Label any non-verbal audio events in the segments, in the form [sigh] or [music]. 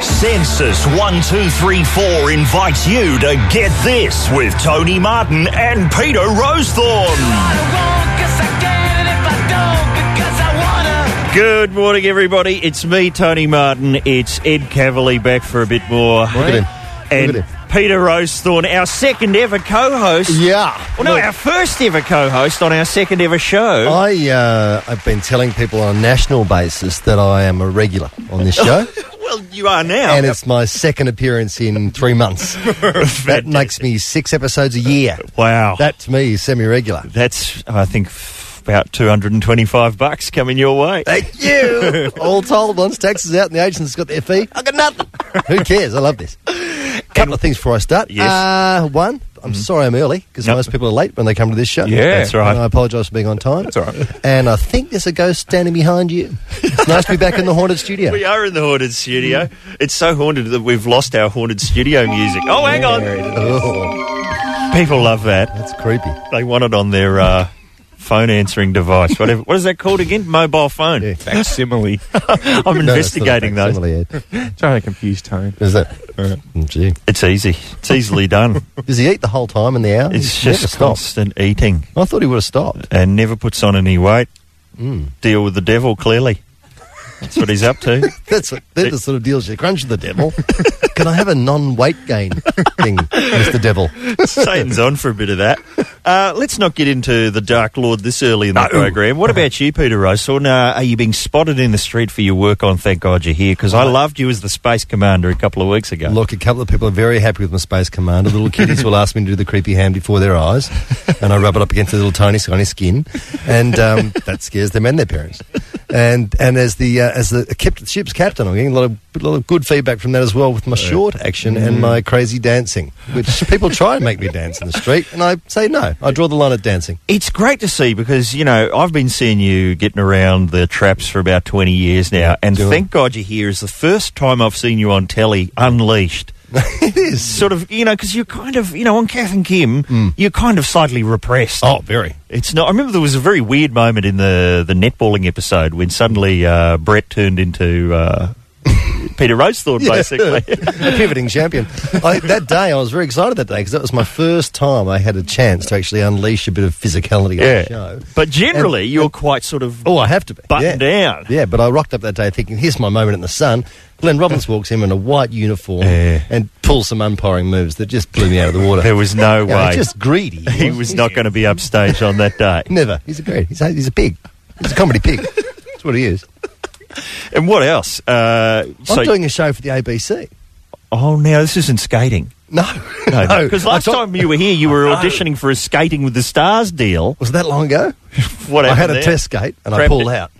Census 1234 invites you to get this with Tony Martin and Peter Rosethorne. Good morning, everybody. It's me, Tony Martin. It's Ed Cavalier back for a bit more. Look at him. And Look at Peter Rosethorne, our second ever co host. Yeah. Well, no, Look, our first ever co host on our second ever show. I uh, I've been telling people on a national basis that I am a regular on this [laughs] show, well, you are now. Oh. and it's my second appearance in three [laughs] months. [laughs] that makes me six episodes a year. wow. That to me is semi-regular. That's, I think, f- about 225 bucks coming your way. Thank you. [laughs] All told, once taxes out and the agents got their fee, I got nothing. Who cares? I love [laughs] this. Couple of things before I start. Yes. Uh, one, I'm sorry I'm early because Nope. most people are late when they come to this show. Yeah. That's right. And I apologise for being on time. That's all right. And I think there's a ghost standing behind you. It's nice to be back in the haunted [laughs] studio. We are in the haunted studio. It's so haunted that we've lost our haunted studio music. Oh, hang on. Oh, People love that. that's creepy. They want it on their uh, phone answering device. Whatever. What is that called again? Mobile phone. Yeah. [laughs] facsimile. I'm investigating [laughs] no, those. that's not a facsimile, Ed. Trying to confuse Tone. Is that? Mm, Gee. It's easy. It's [laughs] easily done. Does he eat the whole time in the hour? It's He never just stops. constant eating I thought he would [laughs] have stopped. and never puts on any weight. Mm. Deal with the devil, clearly. That's what he's up to. That's what, they're the sort of deals you crunch [laughs] the devil. Can I have a non-weight gain thing, Mr. Devil? Satan's on for a bit of that. Uh, let's not get into the Dark Lord this early in the program. What about you, Peter Roseson? Uh, are you being spotted in the street for your work on Thank God You're Here? Because I loved you as the Space Commander a couple of weeks ago. Look, a couple of people are very happy with my space commander. Little kiddies will ask me to do the creepy hand before their eyes, and I rub it up against the little tiny tiny skin, and um, that scares them and their parents. And and as the uh, as the kept, ship's captain, I'm getting a lot of a lot of good feedback from that as well with my short action and my crazy dancing, which people try and make me dance in the street, and I say no. I draw the line at dancing. [laughs] It's great to see because, you know, I've been seeing you getting around the traps for about 20 years now. And Doing- Thank God You're Here is the first time I've seen you on telly unleashed. it is. Sort of, you know, because you're kind of, you know, on Kath and Kim, you're kind of slightly repressed. Mm. Oh, very. It's not. I remember there was a very weird moment in the the netballing episode when suddenly uh, Brett turned into uh, Peter [laughs] Rosethorne, basically. a pivoting champion. I, that day, I was very excited that day because that was my first time I had a chance to actually unleash a bit of physicality on the show. But generally, you're quite sort of. Oh, I have to be. Button yeah. down. Yeah, but I rocked up that day thinking, here's my moment in the sun. Glenn Robbins walks in in a white uniform Yeah. and pulls some umpiring moves that just blew me out of the water. There was [laughs] no Yeah, way. just greedy. [laughs] he was not going to be upstage on that day. Never. He's a great. He's a, he's a pig. He's a comedy pig. That's what he is. And what else? Uh, so- I'm doing a show for the ABC. oh, now this isn't skating. [laughs] No, No, because last I thought- time you were here, you were auditioning for a Skating with the Stars deal. [laughs] was that long [laughs] ago. What I happened had a there? test skate and I Cramped pulled it. out.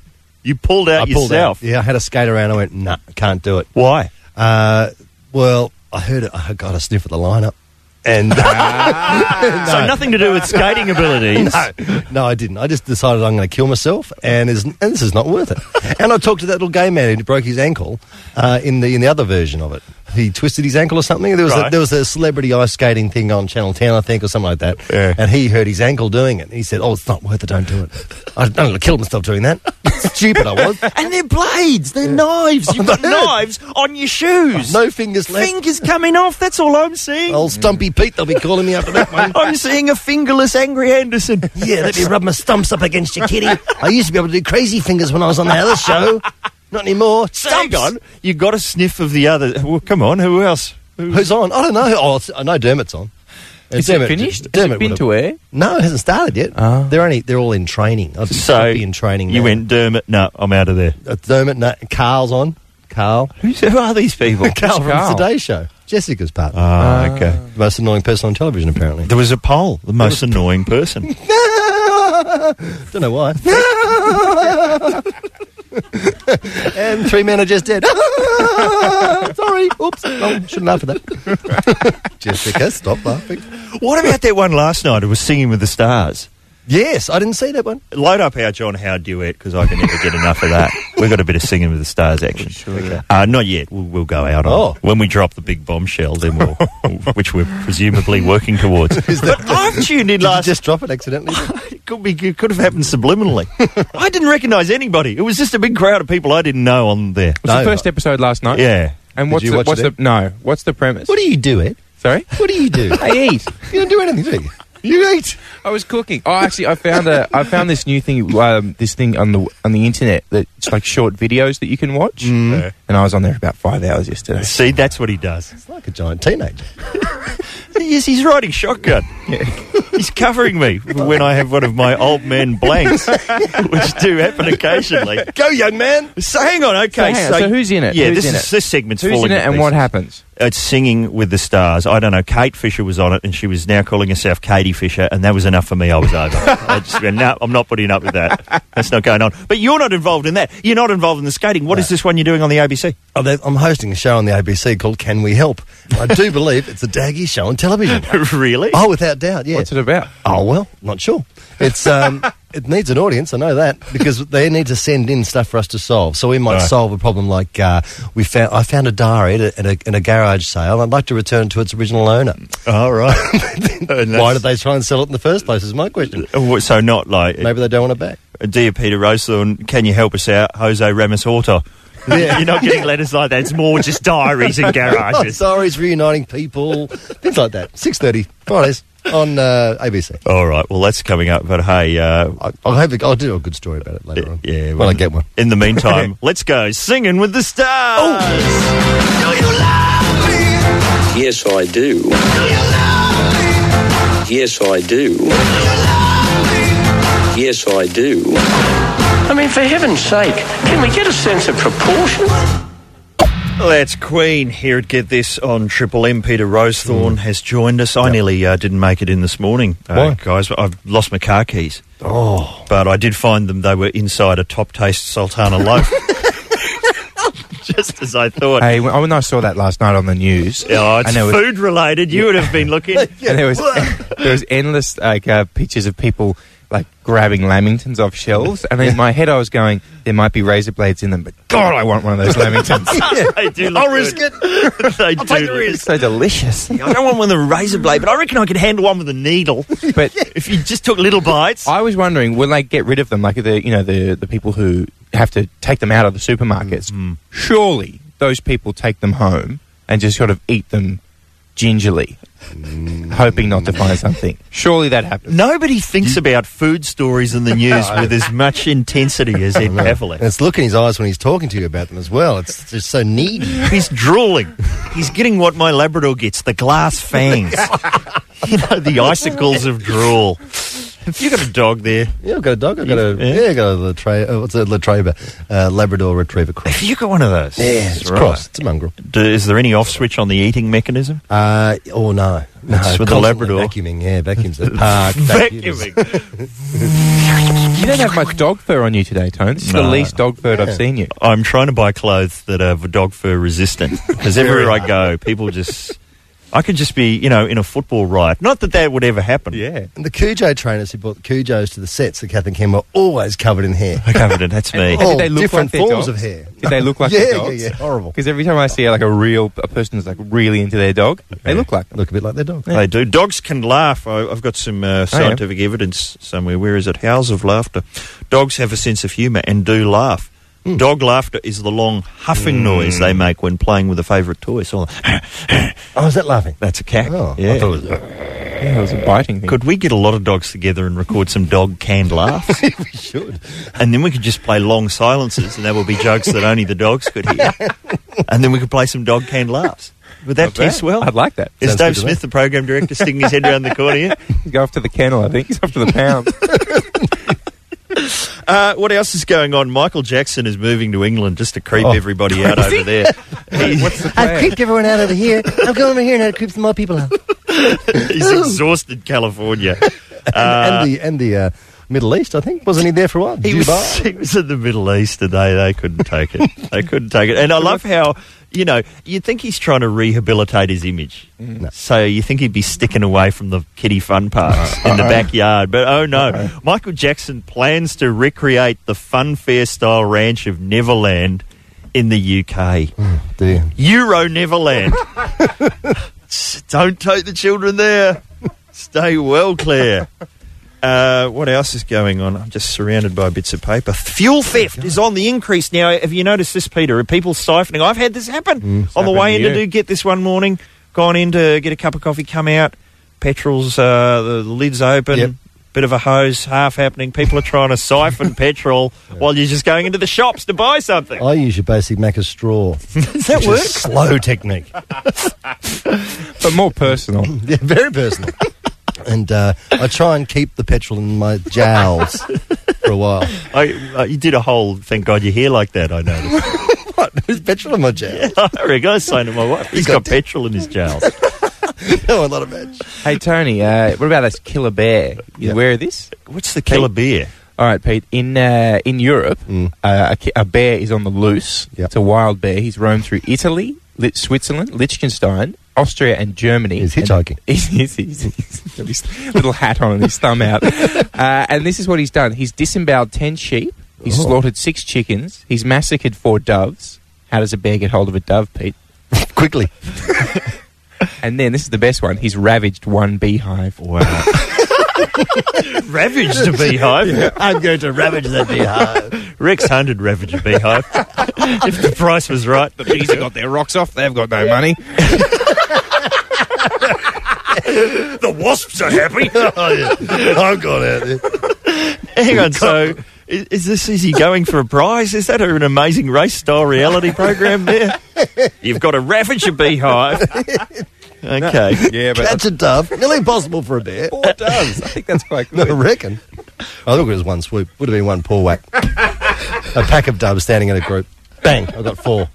You pulled out I pulled yourself. Out. Yeah, I had a skate around. I went, nah, can't do it. Why? Uh, well, I heard it. I got a sniff at the lineup, and [laughs] Ah. So nothing to do with skating abilities. [laughs] no, I didn't. I just decided I'm going to kill myself, and, is, and this is not [laughs] worth it. and I talked to that little gay man who broke his ankle uh, in the in the other version of it. He twisted his ankle or something. There was Right. a, there was a celebrity ice skating thing on Channel Ten, I think, or something like that. Yeah. And he hurt his ankle doing it. And he said, "Oh, it's not worth it. Don't do it. [laughs] I, I'm going to kill myself doing that. Stupid I was. And they're blades, they're knives. [laughs] You've got knives on your shoes. No fingers left. Fingers coming off, that's all I'm seeing. Old Stumpy Pete, they'll be calling me after that [laughs] one. I'm seeing a fingerless Angry Anderson. Yeah, let me rub my stumps up against your kitty. I used to be able to do crazy fingers when I was on the [laughs] other show. Not anymore. [laughs] Hang Stumps. on, you got a sniff of the other. Well, come on, who else? Who- Who's on? I don't know. Oh, it's- I know Dermot's on. And Is it finished? Has it been would've- to air? No, it hasn't started yet. Oh. They're only they're all in training. I So should be in training. You now. went Dermot. No, I'm out of there. Uh, Dermot. No, Carl's on. Carl. Who's, who are these people? Carl from Carl? Today Show. Jessica's partner. [laughs] Ah, okay. Most annoying person on television, apparently. There was a poll. The most annoying [laughs] person. Don't know why. [laughs] and three men are just dead. [laughs] Sorry. Oops. Oh, shouldn't laugh at that. [laughs] Jessica, stop laughing. what about that one last night? It was singing with the stars. Yes, I didn't see that one. Load up our John Howard duet because I can never get enough of that. We've got a bit of singing with the stars action. Uh, not yet. We'll, we'll go out on Oh. when we drop the big bombshell. Then [laughs] we'll, which we're presumably working towards. but [laughs] I've tuned in Did you last. just drop it [laughs] accidentally? it [laughs] could be. It could have happened [laughs] subliminally. I didn't recognise anybody. It was just a big crowd of people I didn't know on there. Was No. the first episode last night? Yeah. And Did what's you the, watch what's it? the no? What's the premise? What do you do, Ed? Sorry, What do you do? I eat. you don't do anything, do you? You eat. I was cooking. Oh, actually, I found a I found this new thing, um, this thing on the on the internet that it's like short videos that you can watch. And I was on there about five hours yesterday. See, that's what he does. It's like a giant teenager. Yes, he's riding shotgun. He's covering me when I have one of my old man [laughs] blanks, which do happen occasionally. Go, young man. So hang on, okay. So hang on, so who's in it? Yeah, Who's this in is it? this segment's Who's falling. in it to and what pieces. happens? It's singing with the stars. I don't know. Kate Fisher was on it, and she was now calling herself Katie Fisher, and that was enough for me. I was [laughs] over. I just went, no, I'm not putting up with that. That's not going on. But you're not involved in that. You're not involved in the skating. What is this one you're doing on the [laughs] ABC? Oh, they- I'm hosting a show on the ABC called Can We Help? I do [laughs] believe it's the daggy show on television. really? Oh, without doubt, yeah. What's it about? Oh well, not sure. It's um, it needs an audience. I know that because they need to send in stuff for us to solve. So we might Right. solve a problem like uh, we found. I found a diary at a, at a, in a garage sale. I'd like to return to its original owner. Oh, All [laughs] right. And Why that's- did they try and sell it in the first place? Is my question. Oh, So not like uh, Maybe they don't want it back. dear Peter Roseland, can you help us out, Jose Ramos Horta? [laughs] Yeah. You're not getting letters like that. It's more just diaries [laughs] and Oh, garages. sorry, it's reuniting people, things like that. Six thirty Fridays on uh, ABC. All right. Well, that's coming up. But hey, uh, I, I'll have. A, I'll do a good story about it later on. yeah. when well, I get one. In the [laughs] meantime, let's go singing with the stars. Yes, I do. Yes, I do. Yes, I do. I mean, for heaven's sake, can we get a sense of proportion? Well, That's Queen here at Get This on Triple M. Peter Rosethorne has joined us. I nearly uh, didn't make it in this morning, uh, Why? guys. I've lost my car keys, Oh, but I did find them. They were inside a top taste sultana [laughs] loaf, just as I thought. Hey, when, when I saw that last night on the news, Oh, it's and there was, food related. You would have been [laughs] looking. and there was [laughs] there was endless like uh, pictures of people like grabbing lamingtons off shelves, and in my head I was going, there might be razor blades in them, but God, I want one of those [laughs] lamingtons. They do look I'll risk good. [laughs] they do take the look- it's so delicious. I don't want one with a razor blade, but I reckon I could handle one with a needle. [laughs] But If you just took little bites, I was wondering, will they get rid of them? Like the you know the the people who have to take them out of the supermarkets. Mm-hmm. Surely those people take them home and just sort of eat them gingerly, hoping not to Mm. find something. Surely that happens. Nobody thinks about food stories in the news with as much intensity as Ed and Pavlik. it's look in his eyes when he's talking to you about them as well. It's just so needy. He's drooling. He's getting what my Labrador gets the glass [laughs] fangs. you know, the icicles of drool. Have you got a dog there? Yeah, I've got a dog. I've got a Yeah. yeah, I've got a Latra- uh, what's a Latreba, uh, Labrador Retriever cross. Have you got one of those? Yes, It's cross. It's a mongrel. is there any off switch on the eating [laughs] mechanism? Uh, oh no, no. It's with the constantly Labrador. vacuuming. Yeah, [laughs] vacuums the park. vacuums. Vacuuming. You don't have much dog fur on you today, Tone. This is the No. least dog fur I've seen you. I'm trying to buy clothes that are dog fur resistant because everywhere I go, people just. I could just be, you know, in a football riot. Not that that would ever happen. Yeah. And the Cujo trainers who brought the Cujos to the sets at Kath and Kim were always covered in hair. Covered it. [laughs] That's me. Oh, did they look different like their forms dogs? of hair. Did they look like [laughs] yeah, their yeah, dogs? yeah, horrible. Because every time I see like a real a person who's like really into their dog, they look like them. Look a bit like their dog. They do. Dogs can laugh. I, I've got some Oh, uh, scientific evidence somewhere. Where is it? Howls of laughter. Dogs have a sense of humour and do laugh. Hmm. Dog laughter is the long huffing noise they make when playing with a favourite toy. So [laughs] Oh, is that laughing? that's a cat. Oh, yeah. I thought it was. [laughs] Yeah, it was a biting thing. could we get a lot of dogs together and record some dog canned [laughs] laughs? we should. and then we could just play long silences, and there will be jokes that only the dogs could [laughs] hear. and then we could play some dog canned laughs. Would that test well? I'd like that. Is Sounds Dave good to me. Smith, the program director, sticking his head around the corner here? He's after the kennel, I think. He's after the pound. [laughs] Uh, what else is going on? Michael Jackson is moving to England just to creep [laughs] everybody out over there. He- What's the I've plan? creeped everyone out over here. I'm going over here and I creep some more people out. [laughs] he's exhausted California. [laughs] and, and the and the uh, Middle East, I think. Wasn't he there for a while? [laughs] He was, [laughs] Dubai. he was in the Middle East today. They couldn't take [laughs] it. They couldn't take it. And I love how, you know, you'd think he's trying to rehabilitate his image. So you think he'd be sticking away from the kiddie fun parks in [laughs] the backyard. But oh no, Michael Jackson plans to recreate the funfair style ranch of Neverland in the UK. Dear. Euro Neverland. Don't take the children there. Stay well, Claire. Uh, what else is going on? I'm just surrounded by bits of paper. Fuel theft is on the increase now. Have you noticed this, Peter? Are people siphoning? I've had this happen on the happened way to in to you. do get this one morning. Gone in to get a cup of coffee, come out. Petrol's uh, the lid's open. Yep. Bit of a hose half happening. People are trying to siphon petrol while you're just going into the shops to buy something. I use your basic Macca's straw. Does that It's a slow technique. but more personal. [laughs] Yeah, very personal. [laughs] and uh, I try and keep the petrol in my jowls for a while. I, uh, you did a whole thank God you're here like that, I noticed. [laughs] What? There's petrol in my [laughs] jowls. I reckon I was saying to my wife, he's got, petrol in his jail. no, Oh, I love it. hey, Tony, uh, what about this killer bear? You Yeah. aware of this? What's the killer beer? All right, Pete. In uh, in Europe, uh, a, ki- a bear is on the loose. Yep. It's a wild bear. He's roamed through Italy, Lit- Switzerland, Liechtenstein, Austria, and Germany. He's And- hitchhiking. [laughs] He's, he's, he's, he's got his little hat on and his thumb [laughs] out. Uh, and this is what he's done. He's disemboweled ten sheep. He's Oh. slaughtered six chickens. He's massacred four doves. How does a bear get hold of a dove, Pete? Quickly. And then this is the best one. He's ravaged one beehive. Wow. Ravaged a [laughs] beehive. I'm going to ravage that beehive. Rex Hundred ravaged a beehive. if the price was right, the Bees have got their rocks off. They've got no [laughs] money. the wasps are happy. [laughs] Oh, yeah. [laughs] I've got it. Hang on, so is, is this is he going for a prize? Is that an amazing race style reality program there? You've got to ravage a [laughs] beehive. Okay. Yeah, but Catch a dove. Nearly impossible for a bear. four doves. [laughs] I think that's quite No, [laughs] good. I reckon. I thought it was one swoop. Would have been one poor whack. a pack of doves standing in a group. Bang! I've got four.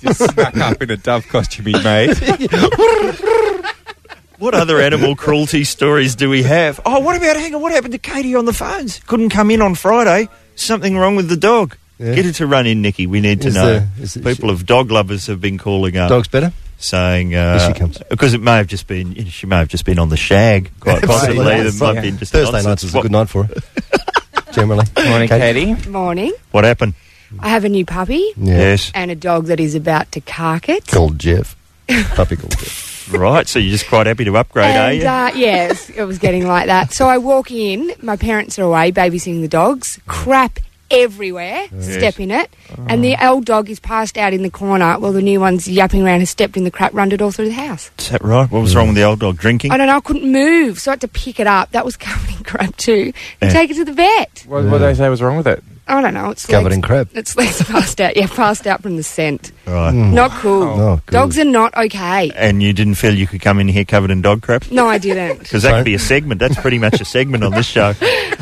just snuck up in a dove costume he made. What other animal cruelty stories do we have? Oh, what about hang on? What happened to Katie on the phones? Couldn't come in on Friday. Something wrong with the dog. Yeah. Get her to run in, Nikki. We need to Is know. there- is it- People of dog lovers have been calling up, Dog's better. saying uh, Here she comes. because it may have just been you know, she may have just been on the shag. Quite possibly, [laughs] Absolutely. that might be Yeah. just Thursday nonsense. nights is what, a good night for her. Generally. [laughs] Morning, Okay. Katie. Morning. What happened? I have a new puppy Yeah. Yes, and a dog that is about to cark it. Called Jeff. Puppy called Jeff. right. So you're just quite happy to upgrade, are And you? uh, yes, it was getting like that. So I walk in. My parents are away babysitting the dogs. Crap everywhere. Step in it, Uh-huh. and the old dog is passed out in the corner. Well, the new one's yapping around. Has stepped in the crap, runned it all through the house. is that right? What was wrong with the old dog drinking? I don't know. I couldn't move, so I had to pick it up. That was [laughs] covered in crap too, and Yeah. take it to the vet. What, what did they say was wrong with it? I don't know. It's Covered legs- in crap. Its legs [laughs] passed out. Yeah, passed out from the scent. Right. Not cool. Oh, good. Dogs are not okay. And you didn't feel you could come in here covered in dog crap No, I didn't. because that could be a segment. That's pretty much a segment on this [laughs] show.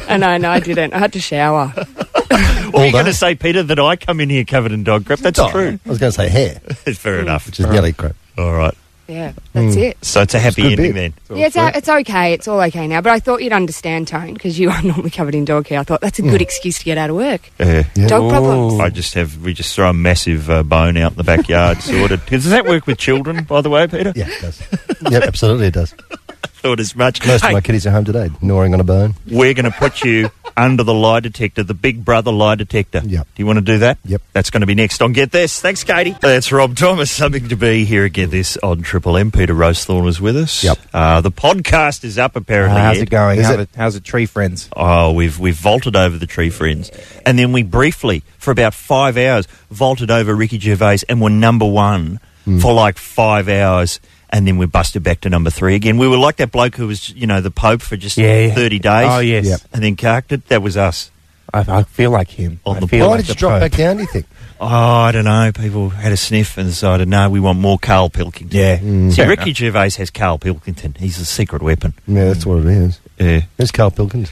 and I know Oh, I didn't. I had to shower. Were you All going day. to say, Peter, that I come in here covered in dog crap? That's Dog. true. Oh, [laughs] I was going to say hair, Fair enough. which is nearly crap. All right. Yeah, that's it. So it's a happy good ending bit. then. Yeah, it's, it's okay. It's all okay now. But I thought you'd understand, Tone, because you are [laughs] normally covered in dog hair. I thought that's a good excuse to get out of work. Dog problems. I just have we just throw a massive uh, bone out in the [laughs] backyard, sorted. 'Cause Does that work with children, by the way, Peter? Yeah, it does. yep, absolutely it does. Thought as much. Most of Hey, my kiddies are home today, gnawing on a bone. we're going to put you under the lie detector, the Big Brother lie detector. Yep. Do you want to do that? Yep. That's going to be next on Get This. Thanks, Katie. That's Rob Thomas. Something to be here at Get This on Triple M. Peter Rosethorn was with us. Yep. Uh, the podcast is up apparently. how's Ed. it going? Is How's it- it? how's it, tree friends? Oh, we've we've vaulted over the tree friends, and then we briefly, for about five hours, vaulted over Ricky Gervais, and were number one Hmm. for like five hours, and then we busted back to number three again. We were like that bloke who was, you know, the Pope for just thirty days. Oh, yes. Yep. and then carked it. That was us. I, I feel like him. On I the feel Why like did the you drop Pope. back down, do you think? Oh, I don't know. People had a sniff and decided, no, we want more Carl Pilkington. Yeah. Hmm. See, Fair Ricky Gervais has Carl Pilkington. He's a secret weapon. Yeah, that's what it is. Yeah. There's Carl Pilkins.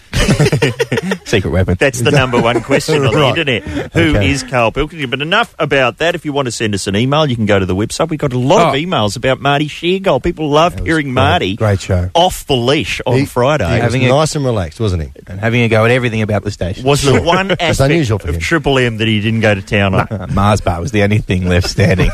Secret weapon. That's [laughs] the number one question on the Right. internet. Who Okay. is Carl Pilkington? But enough about that. If you want to send us an email, you can go to the website. We got a lot of Oh. emails about Marty Sheargold. People loved hearing Marty Great show. off the leash on He- Friday. He was Having a- nice and relaxed, wasn't he? And having a go at everything about the station. [laughs] was [laughs] the one It's aspect unusual for of him. Triple M that he didn't go to town on. Uh, Mars bar was the only thing left standing.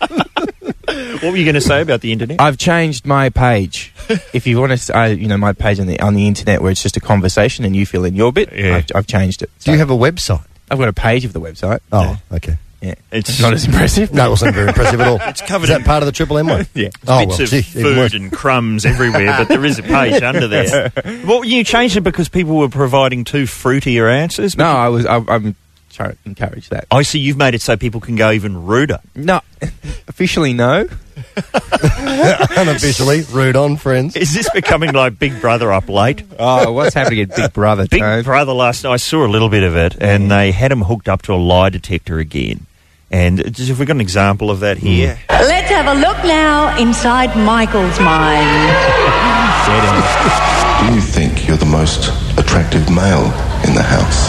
What were you going to say about the internet? I've changed my page. If you want to, I, you know, my page on the on the internet where it's just a conversation and you fill in your bit. Yeah. I've, I've changed it. Do you have a website? I've got a page of the website. Oh, okay. Yeah. It's- not as impressive. [laughs] No, it wasn't very impressive at [laughs] all. It's covered Is that in- part of the Triple [laughs] M one? Yeah. Oh, bits well, of gee, even worse. food and crumbs everywhere, but there is a page under there. Well, you changed it because people were providing too fruitier answers. No, I was. I, I'm trying to encourage that. I see you've made it so people can go even ruder. No, officially no. [laughs] Unofficially, rude [laughs] on friends. Is this becoming like Big Brother up late? Oh, what's happening at Big Brother? Big Tone? Brother last night, I saw a little bit of it, and they had him hooked up to a lie detector again. And it's- have we got an example of that here? Let's have a look now inside Michael's mind. Do you think you're the most attractive male in the house?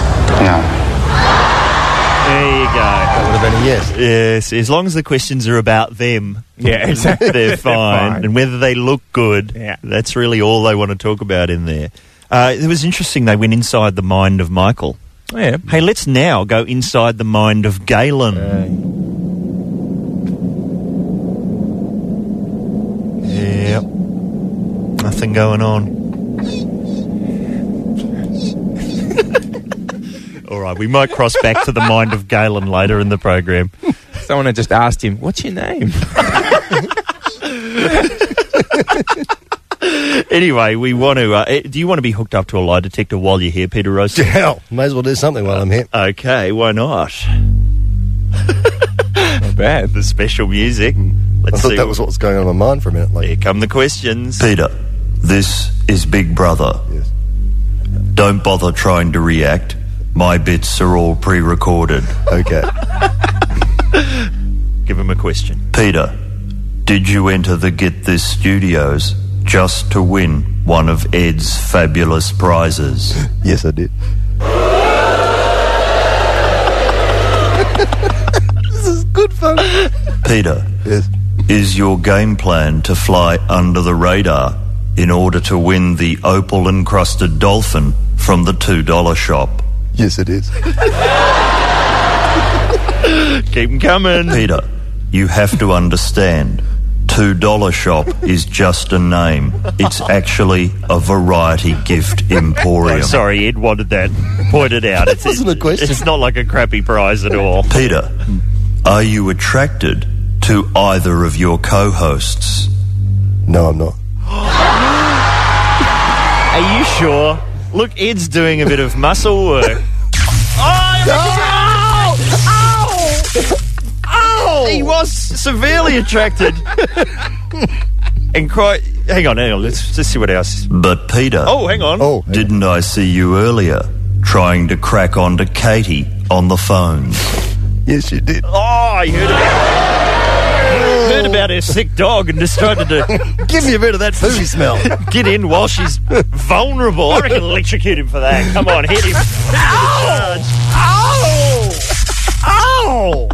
There you go. That would have been a yes. Yes, as long as the questions are about them, [laughs] Yeah, [laughs] [laughs] exactly. they're fine. fine. And whether they look good, Yeah. that's really all they want to talk about in there. Uh, it was interesting, they went inside the mind of Michael. Yeah. Hey, let's now go inside the mind of Galen. Yep. Nothing going on. [laughs] All right, we might cross back to the mind of Galen later in the program. Someone had just asked him, "What's your [laughs] name?" Anyway, we want to. Uh, eh, do you want to be hooked up to a lie detector while you're here, Peter Rose? [laughs] Hell, may as well do something while I'm here. Okay, why not? Not bad. The special music. Let's I thought see. that was what was going on in my mind for a minute. Here Like, come the questions. Peter, this is Big Brother. yes. Don't bother trying to react. My bits are all pre recorded. Okay. Give him a question. Peter, did you enter the Get This Studios just to win one of Ed's fabulous prizes? yes, I did. Peter, Yes. is your game plan to fly under the radar in order to win the opal encrusted dolphin from the $2 shop? Yes, it is. Keep him coming. [laughs] Peter, you have to understand. Two dollar shop is just a name. It's actually a variety gift emporium. Oh, Sorry, Ed wanted that pointed out. It's, wasn't a question. It's not like a crappy prize at all. Peter, are you attracted to either of your co-hosts? No, I'm not. Are you sure? Look, Ed's doing a bit of muscle work. oh, He was severely attracted. [laughs] and quite. Hang on, hang on. Let's just see what else. But Peter, Oh, hang on. Oh, didn't I see you earlier trying to crack onto Katie on the phone? yes, you did. Oh, I heard about. Heard about her sick dog and decided to Give me a bit of that food smell. get in while she's vulnerable. I reckon electrocute him for that. Come on, hit him. Ow! Ow! Ow!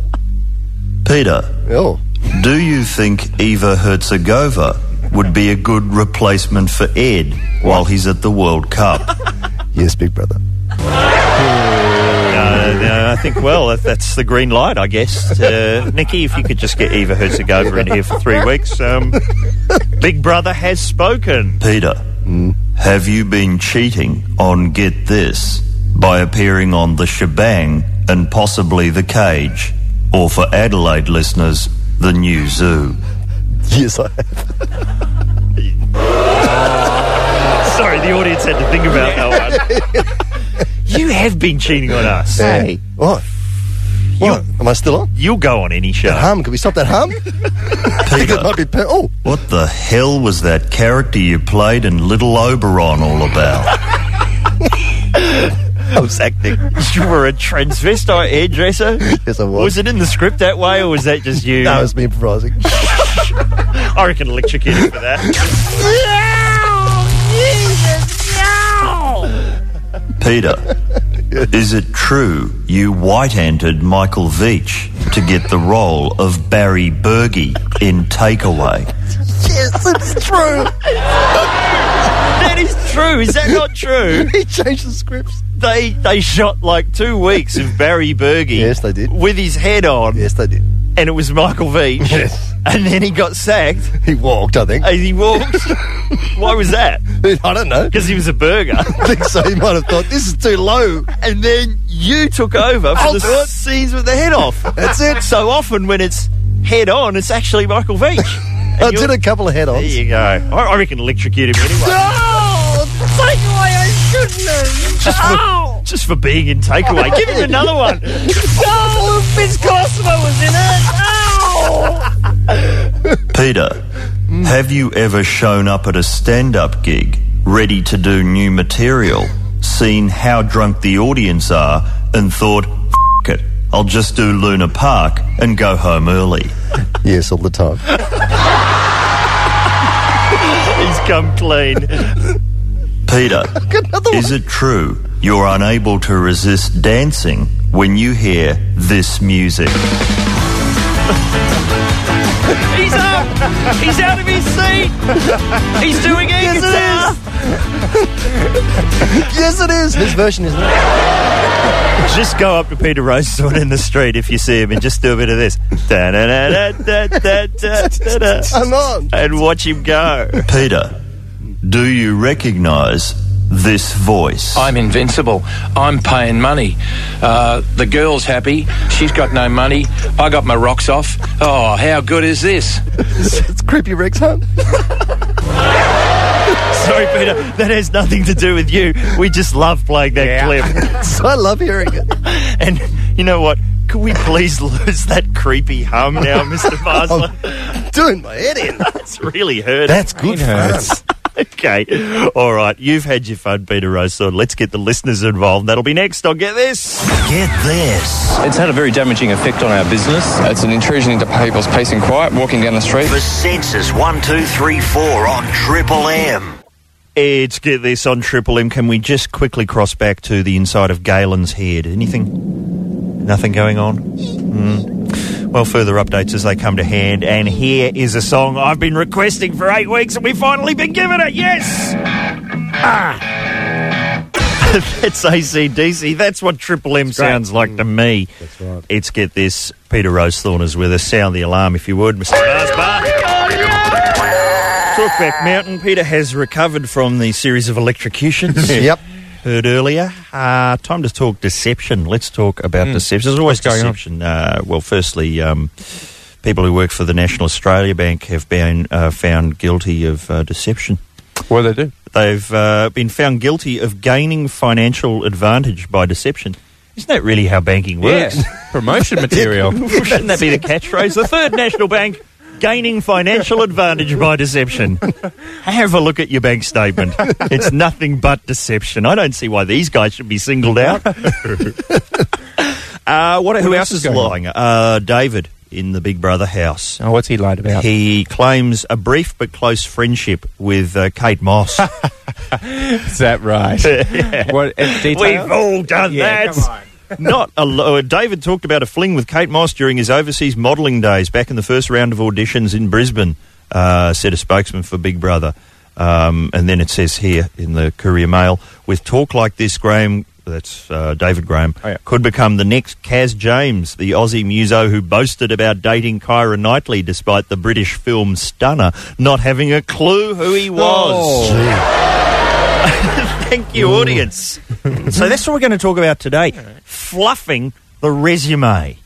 Peter, Oh, Do you think Eva Herzegovina would be a good replacement for Ed [laughs] while he's at the World Cup? yes, big brother. No, no, Uh, I think, well, if that's the green light, I guess. Uh, Nikki, if you could just get Eva Herzegovina in here for three weeks. Um, Big Brother has spoken. Peter, have you been cheating on Get This by appearing on The Shebang and possibly The Cage? Or for Adelaide listeners, The New Zoo? Yes, I have. Sorry, the audience had to think about that one. [laughs] You have been cheating on us. Hey. What? What? Am I still on? You'll go on any show. Hum? Can we stop [laughs] that hum? it Peter, might be. Per- oh, what the hell was that character you played in Little Oberon all about? [laughs] I was acting. You were a transvestite hairdresser? yes, I was. Was it in the script that way, or was that just you? No, it's [laughs] me improvising. I reckon electrocute him for that. Peter, is it true you white-entered Michael Veach to get the role of Barry Berge in Takeaway? yes, it's true. [laughs] that is true. Is that not true? He changed the scripts. They they shot like two weeks of Barry Berge. Yes, they did. With his head on, Yes, they did. and it was Michael Veach. Yes. And then he got sacked He walked, I think. as he [laughs] walked. Why was that? I don't know. Because he was a burger. [laughs] I think so. He might have thought this is too low. And then you took over for the scenes with the head off. Oh. [laughs] That's it. So often when it's head on, it's actually Michael Veach. And I you're- did a couple of head There ons. [laughs] you go. I, I reckon electrocute him anyway. Oh, No! Takeaway, I shouldn't have. [laughs] Just, for, just for being in takeaway. Give him another one. [laughs] No! Vince Cosmo was in it. [laughs] Peter, have you ever shown up at a stand up gig ready to do new material, seen how drunk the audience are, and thought, F it, I'll just do Luna Park and go home early? Yes, all the time. Ow! He's come clean. [laughs] Peter, is it true you're unable to resist dancing when you hear this music? He's up. He's out of his seat. He's doing it. yes, it is. His version is not. Just go up to Peter Rosewood in the street if you see him and just do a bit of this. Da-da-da-da-da-da-da-da. I'm on. And watch him go. Peter, do you recognize this voice? I'm invincible. I'm paying money. Uh, the girl's happy. She's got no money. I got my rocks off. Oh, how good is this? It's creepy Rex Hunt. Sorry, Peter, that has nothing to do with you. We just love playing that clip. [laughs] I love hearing it. [laughs] And you know what? Could we please lose that creepy hum now, Mr. Marsler? Doing my head in. That's really hurt. That's good fun. [laughs] okay. All right. You've had your fun, Peter Roseword. Let's get the listeners involved. That'll be next. I'll get this. Get this. It's had a very damaging effect on our business. It's an intrusion into people's peace and quiet, walking down the street. For Census 1234 on Triple M. It's get this on Triple M. Can we just quickly cross back to the inside of Galen's head? Anything? Nothing going on? Mm. Well, further updates as they come to hand. And here is a song I've been requesting for eight weeks, and we've finally been given it. Yes! Ah! That's ACDC. That's what Triple M sounds like to me. That's right. It's get this. Peter Rosethorn is with us. Sound the alarm, if you would, Mr. Marsbar. Crookback Mountain. Peter has recovered from the series of electrocutions. Yep. Heard earlier. Uh, time to talk deception. Let's talk about deception. There's always going on? deception. Uh, well, firstly, um, people who work for the National Australia Bank have been uh, found guilty of uh, deception. What do they do? They've uh, been found guilty of gaining financial advantage by deception. Isn't that really how banking works? Yeah. [laughs] Promotion [laughs] material. [laughs] Shouldn't that be the catchphrase? The Third National Bank gaining financial advantage by deception. [laughs] Have a look at your bank statement. It's nothing but deception. I don't see why these guys should be singled [laughs] out. uh, what, who else else is is going on? lying? Uh, David in the Big Brother house. oh, what's he lied about? He claims a brief but close friendship with uh, Kate [laughs] Moss. Is that [laughs] right? What in detail? We've all done Yeah, that. come on. [laughs] Not a lo- uh, David talked about a fling with Kate Moss during his overseas modelling days back in the first round of auditions in Brisbane, uh, said a spokesman for Big Brother. Um, and then it says here in the Courier Mail with talk like this, Graham, that's uh, David Graham, Oh, yeah. could become the next Kaz James, the Aussie muso who boasted about dating Kyra Knightley despite the British film Stunner not having a clue who he was. [laughs] Thank you, audience. so that's what we're going to talk about today: fluffing the resume,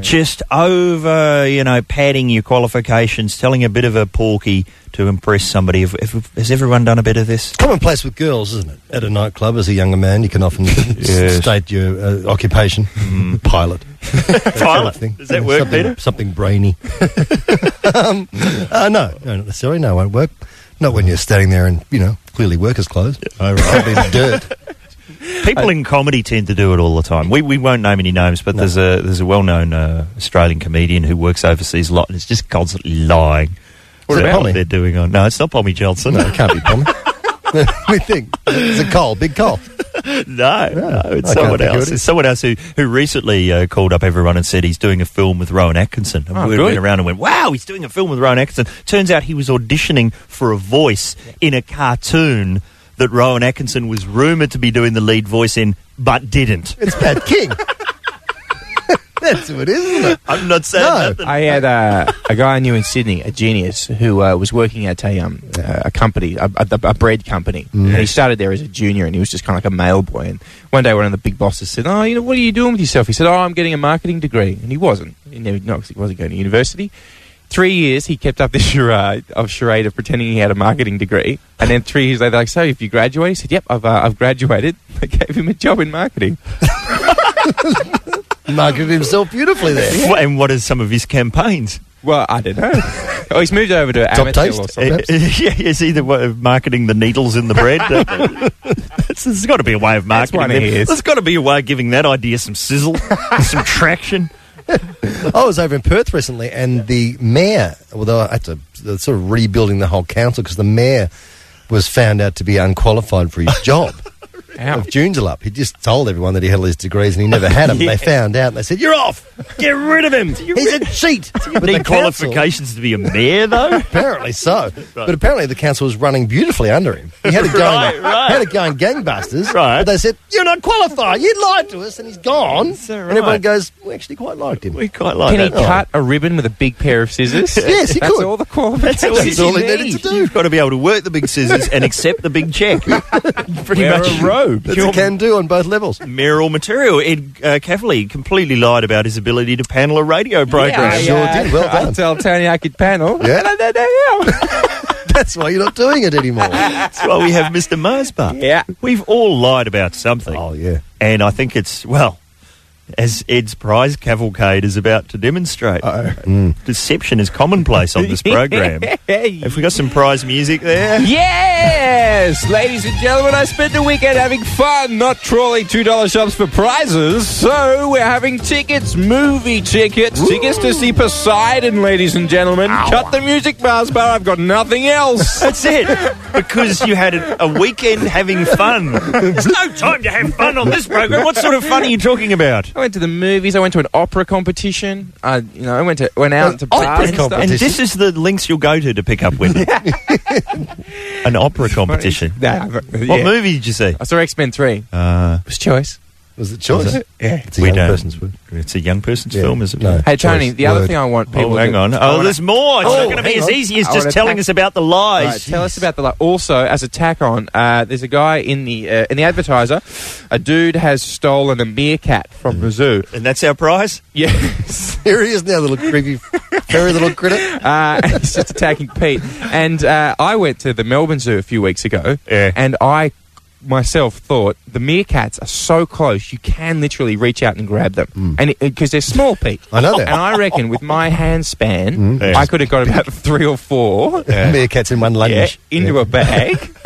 just over, you know, padding your qualifications, telling a bit of a porky to impress somebody. Have- have- has everyone done a bit of this? Commonplace with girls, isn't it? At a nightclub, as a younger man, you can often [laughs] s- Yes. Mm. state your uh, occupation. Pilot. Pilot, Something. does that work, something, Peter? Something brainy. [laughs] um, uh, no, no, not necessarily. No, it won't work. Not when you're standing there in, you know, clearly workers' clothes. Oh, right. dirt. People in comedy tend to do it all the time. We, we won't name any names, but there's a there's a well known uh, Australian comedian who works overseas a lot and is just constantly lying. What about about what me? they're doing on? No, it's not Pommy Johnson. No, it can't be Tommy. [laughs] we think it's a coal, big coal. No, no, it's I can't someone think else. who it it's is. someone else who, who recently uh, called up everyone and said he's doing a film with Rowan Atkinson. And Oh, we good. went around and went, wow, he's doing a film with Rowan Atkinson. Turns out he was auditioning for a voice in a cartoon that Rowan Atkinson was rumoured to be doing the lead voice in, but didn't. It's Pat King. [laughs] That's what, isn't it? I'm not saying No. nothing. I had uh, a guy I knew in Sydney, a genius, who uh, was working at a um, uh, a company, a, a, a bread company. Mm. And he started there as a junior, and he was just kind of like a mail boy. And one day, one of the big bosses said, "Oh, you know, what are you doing with yourself?" He said, "Oh, I'm getting a marketing degree," and he wasn't. He never, no, 'cause he wasn't going to university. Three years he kept up this [laughs] charade of charade of pretending he had a marketing degree, and then three years later, they're like, "So, if you graduate?" He said, "Yep, I've uh, I've graduated." [laughs] They gave him a job in marketing. Marketed himself beautifully there. Wha- And what are some of his campaigns? Well, I don't know. [laughs] oh, he's moved over to Top Amatil taste? or [laughs] something. Uh, yeah, it's either wa- marketing the needles in the bread. don't they? It's- there's got to be a way of That's marketing one them. it is. There's got to be a way of giving that idea some sizzle, some traction. I Oh, was over in Perth recently, and the mayor, although I had to they're sort of rebuilding the whole council because the mayor was found out to be unqualified [laughs] for his job. Ow. Of Joondalup, he just told everyone that he had all his degrees and he never had them. [laughs] They found out and they said, "You're off. Get rid of him. He's a cheat." But the Need council- qualifications to be a mayor, though. Apparently so. But apparently the council was running beautifully under him. He had it going, Right, right. had it going [laughs] gangbusters. Right. But they said, You're not qualified. You lied to us and he's gone. that And everyone right? goes, We actually quite liked [laughs] him. we quite like Can he that. cut a ribbon with a big pair of [laughs] scissors? Yes, he That's could. all the That's qualifications. all, [laughs] That's all he you needed to [laughs] do. You've got to be able to work the big scissors and accept the big check. Pretty Wear much a robe. That's Your a can do on both levels. mayoral material. Ed uh, Cavalier completely lied about his ability to panel a radio program. I, Sure uh, did. Well done. I tell Tony I could panel. Yeah. [laughs] And I don't know how. That's why you're not doing it [laughs] anymore. That's why we have Mr. Marsbar. Yeah. We've all lied about something. oh, yeah. And I think it's, well, as Ed's prize cavalcade is about to demonstrate, deception is commonplace [laughs] on this program. Have we got some prize music there? Yes, ladies and gentlemen, I spent the weekend having fun, not trawling $2 shops for prizes. So we're having tickets, movie tickets, tickets to see Poseidon, ladies and gentlemen. Cut the music, Marsbar, I've got nothing else. That's it. [laughs] Because you had a, a weekend having fun. There's no time to have fun on this program. What sort of fun are you talking about? I went to the movies. I went to an opera competition. I, you know, I went to went out to opera bars and stuff. And this is the links you'll go to to pick up women. [laughs] An opera competition. Nah, but- What yeah. movie did you see? I saw X Men Three. Uh, it was choice. Was it choice? Yeah. It's a We young don't- person's word. it's a young person's Yeah. film, is it? No. Hey Tony, Choice, the other word. thing I want people. Oh, to- hang on. I Oh, wanna- there's more. It's Oh, not going to be hang as on. easy as I just wanna telling pack- us about the All lies. right, tell us about the like. Also, as a tack on, uh, there's a guy in the uh, in the advertiser. A dude has stolen a meerkat from the zoo. And that's our prize? Yes, [laughs] Here he is now, the little creepy, fairy little critter. uh, [laughs] he's just attacking Pete. And uh, I went to the Melbourne Zoo a few weeks ago, Yeah. and I myself thought the meerkats are so close you can literally reach out and grab them, and because they're small, Pete. I know that. And I reckon with my hand span, Yeah. I could have got about three or four [laughs] Meerkats in one yeah, lunge. into a bag,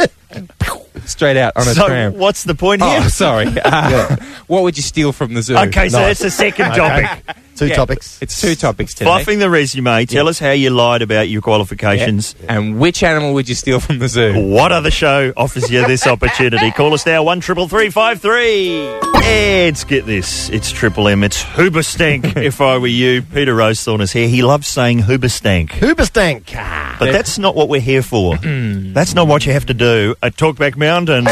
[laughs] straight out on a so, tram. what's the point [laughs] Oh, here? [laughs] sorry. Uh, What would you steal from the zoo? Okay, so that's Nice. the second topic. Two Yeah, topics. It's two topics today. Buffing the resume, tell us how you lied about your qualifications. And which animal would you steal from the zoo? What other show offers you this opportunity? Call us now, one triple three five three. Let's get this. It's Triple M. It's Hoobastank. if I were you, Peter Rosethorn is here. He loves saying Hoobastank, Hoobastank. but that's not what we're here for. that's not what you have to do at Talkback Mountain.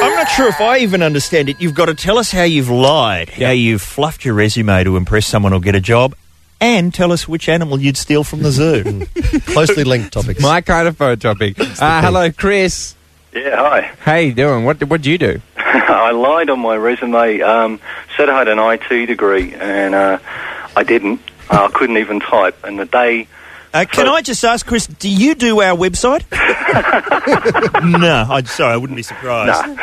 I'm not sure if I even understand it. You've got to tell us how you've lied, how you've fluffed your resume to impress someone or get a job, and tell us which animal you'd steal from the zoo. [laughs] Closely linked topics. My kind of phone topic. Uh, hello, Chris. Yeah, hi. [laughs] How you doing? What what do you do? I lied on my resume. Um, said I had an IT degree, and uh, I didn't. I couldn't even type. And the day, Uh, can I just ask, Chris, do you do our website? [laughs] no, I'm sorry, I wouldn't be surprised.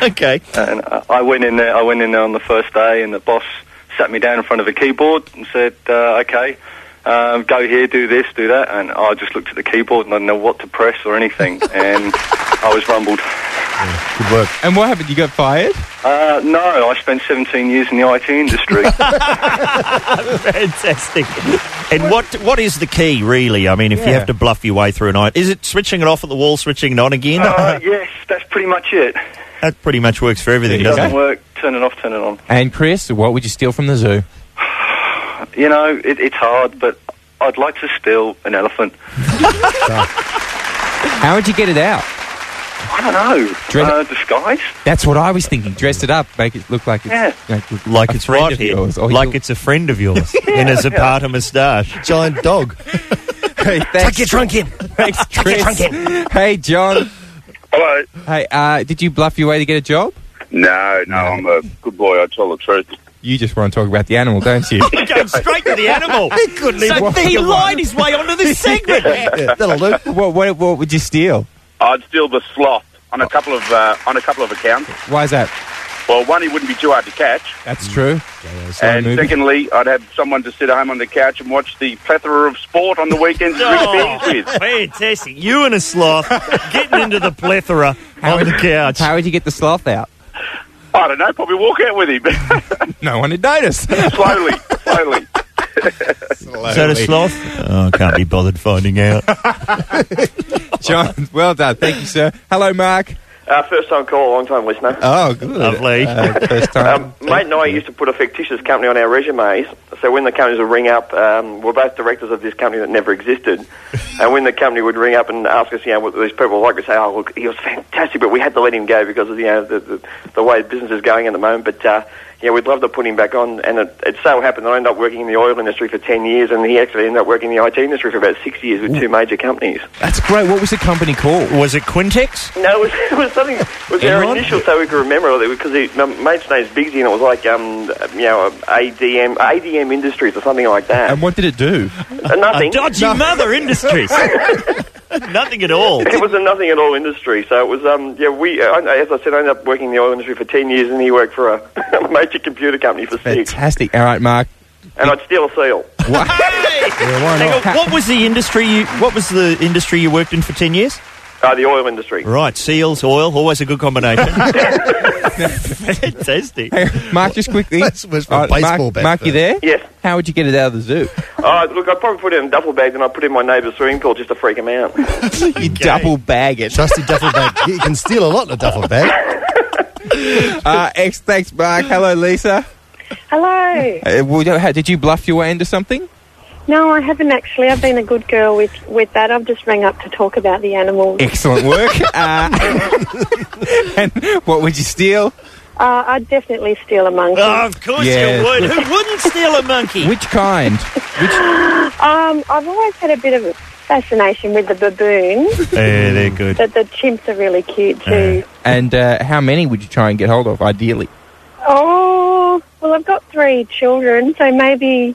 [laughs] okay. and uh, I went in there. I went in there on the first day, and the boss sat me down in front of a keyboard and said, uh, "Okay, um, go here, do this, do that." And I just looked at the keyboard and I didn't know what to press or [laughs] anything, and I was rumbled. Good work. And what happened? You got fired? Uh, no, I spent 17 years in the IT industry. Fantastic. And what what is the key, really? I mean, if you Yeah. have to bluff your way through a night, is it switching it off at the wall, switching it on again? uh, yes, that's pretty much it. that pretty much works for everything, There you doesn't Doesn't work. it? Turn it off. Turn it on. And Chris, what would you steal from the zoo? You know, it, it's hard, but I'd like to steal an elephant. How would you get it out? I don't know. Dread- uh, disguise? That's what I was thinking. Dressed it up, make it look like it's Yeah. like, Like a it's friend right of here. yours, or Like you'll- it's a friend of yours in a Zapata moustache. [laughs] Giant dog. Hey, Tuck [laughs] thanks, your trunk in. thanks, Chris. trunk Hey, John. Hello. Hey, uh, did you bluff your way to get a job? No, no, I'm a good boy. I tell the truth. You just want to talk about the animal, don't you? Going straight to the animal. He couldn't even so walk he alone. lied his way onto this segment. Yeah, that'll do. what, what, what would you steal? I'd steal the sloth on a couple of uh, on a couple of accounts. Why is that? Well, one, he wouldn't be too hard to catch, That's true. and secondly, I'd have someone to sit at home on the couch and watch the plethora of sport on the weekends and drink Oh, beers with. fantastic. You and a sloth getting into the plethora on the couch. How would you get the sloth out? I don't know, probably walk out with him [laughs] No one had noticed. slowly, slowly. Is that a sloth? Oh, can't be bothered finding out. John, well done. Thank you, sir. Hello, Mark. Uh, first time caller, long time listener. Oh, [laughs] good. Lovely. Uh, first time. Um, mate and I used to put a fictitious company on our resumes, so when the companies would ring up, um, we're both directors of this company that never existed, and when the company would ring up and ask us, you know, what these people like, we say, oh, look, he was fantastic, but we had to let him go because of, you know, the, the, the way business is going at the moment, but, uh, yeah, we'd love to put him back on, and it, it so happened that I ended up working in the oil industry for 10 years, and he actually ended up working in the IT industry for about six years with two major companies. That's great. What was the company called? Was it Quintex? No, it was, it was something. It was our initial so we could remember it because he, my mate's name's Bigsy, and it was like um, you know ADM ADM Industries or something like that. And what did it do? Uh, nothing. A dodgy mother [laughs] industries. Nothing at all. It was a nothing at all industry, so it was um yeah we uh, I- as I said I ended up working in the oil industry for ten years, and he worked for a [laughs] major computer company for six, Fantastic. All right, Mark. and I'd steal a seal. Yeah, why Hang not? on, what was the industry? You, what was the industry you worked in for ten years? Uh, the oil industry. Right, seals, oil, always a good combination. [laughs] Fantastic. Hey, [laughs] Mark, just quickly. That's was from All right, baseball Mark, back Mark you then. there? Yes. How would you get it out of the [laughs] zoo? Uh, look, I'd probably put it in a duffel bag, and I'd put it in my neighbour's swimming pool just to freak him out. you double bag it. Trusty duffel bag. You can steal a lot in a duffel bag. Uh, ex, thanks, Mark. Hello, Lisa. Hello. Uh, well, you know, how- did you bluff your way into something? No, I haven't actually. I've been a good girl with, with that. I've just rang up to talk about the animals. Excellent work. [laughs] uh, [laughs] and what would you steal? Uh, I'd definitely steal a monkey. Oh, of course Yes. you would. Who wouldn't steal a monkey? Which kind? Um, I've always had a bit of a fascination with the baboons, Yeah, they're good. but the chimps are really cute too. And uh, how many would you try and get hold of, ideally? Oh, well, I've got three children, so maybe,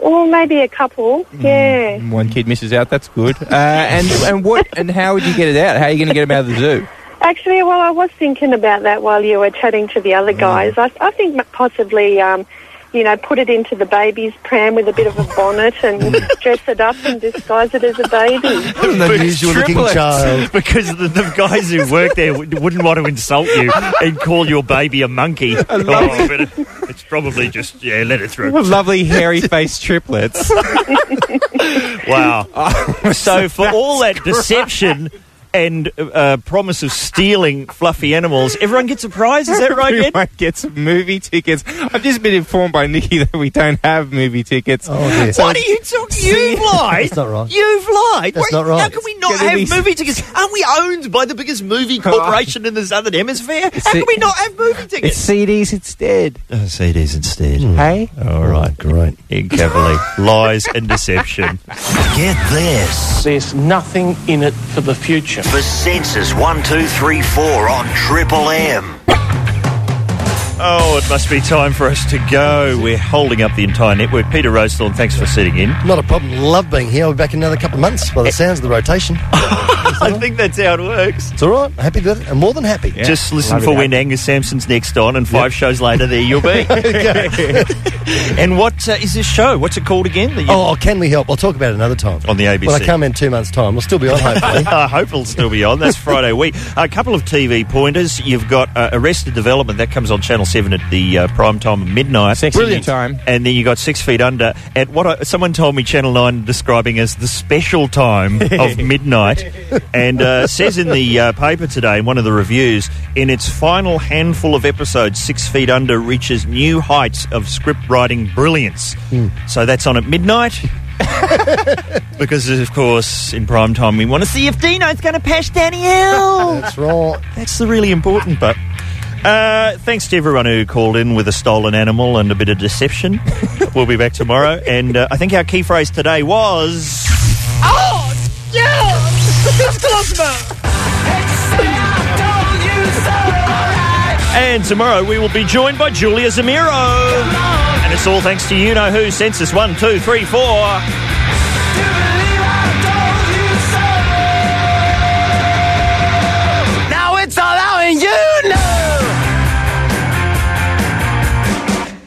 or maybe a couple. Yeah. One kid misses out. That's good. Uh, and and what and how would you get it out? How are you going to get him out of the zoo? Actually, well, I was thinking about that while you were chatting to the other guys. I, I think m- possibly, um, you know, put it into the baby's pram with a bit of a bonnet [laughs] and dress it up and disguise it as a baby. An unusual looking triplets. [laughs] child. Because the, the guys who work there w- wouldn't want to insult you and call your baby a monkey. Oh, but it, it's probably just, yeah, let it through. Lovely hairy faced [laughs] triplets. Wow. so, for all that deception and uh, promise of stealing fluffy animals, everyone gets a prize? Is that right, [laughs] we Ed? might get some movie tickets. I've just been informed by Nikki that we don't have movie tickets. Oh, dear. What are you talking? You've lied. That's not right. You've lied. That's Wait, not right. How can we not It's gonna have be- movie tickets? Aren't we owned by the biggest movie corporation in the southern hemisphere? How the- can we not have movie It's tickets? Hmm. CDs instead. Uh, CDs instead. Hey? Oh, All right. Great. In Cavalier. Lies and deception. Get this. There's nothing in it for the future. For Census 1234 on Triple M. Oh, it must be time for us to go. We're holding up the entire network. Peter Rosethorn, thanks for sitting in. Not a problem. Love being here. I'll be back in another couple of months by the sounds of the rotation. I think that's how it works. It's all right. Happy to do it. I'm more than happy. Just listen love it, for when Angus Sampson's next on, and five shows later, there you'll be. [laughs] and what uh, is this show? What's it called again? that you- Oh, can we help? I'll talk about it another time. On the ABC. When I come in two months' time, we'll still be on, [laughs] hopefully. I Uh, hope it'll still be on. That's Friday week. A couple of TV pointers. You've got uh, Arrested Development that comes on Channel Seven at the uh, prime time of midnight. Sexy Brilliant. time. And then you got Six Feet Under at what I, someone told me Channel Nine describing as the special time [laughs] of midnight, and uh, says in the uh, paper today in one of the reviews in its final handful of episodes, Six Feet Under Hmm. reaches new heights of script writing brilliance. So that's on at midnight. because, of course, in prime time, we want to see if Dino's going to pash Danny [laughs] Hill. That's right. That's the really important part. Uh, thanks to everyone who called in with a stolen animal and a bit of deception. we'll be back tomorrow. And uh, I think our key phrase today was. Oh, yeah! It's Cosmo! And tomorrow we will be joined by Julia Zamiro. And it's all thanks to you know who census one, two, three, four.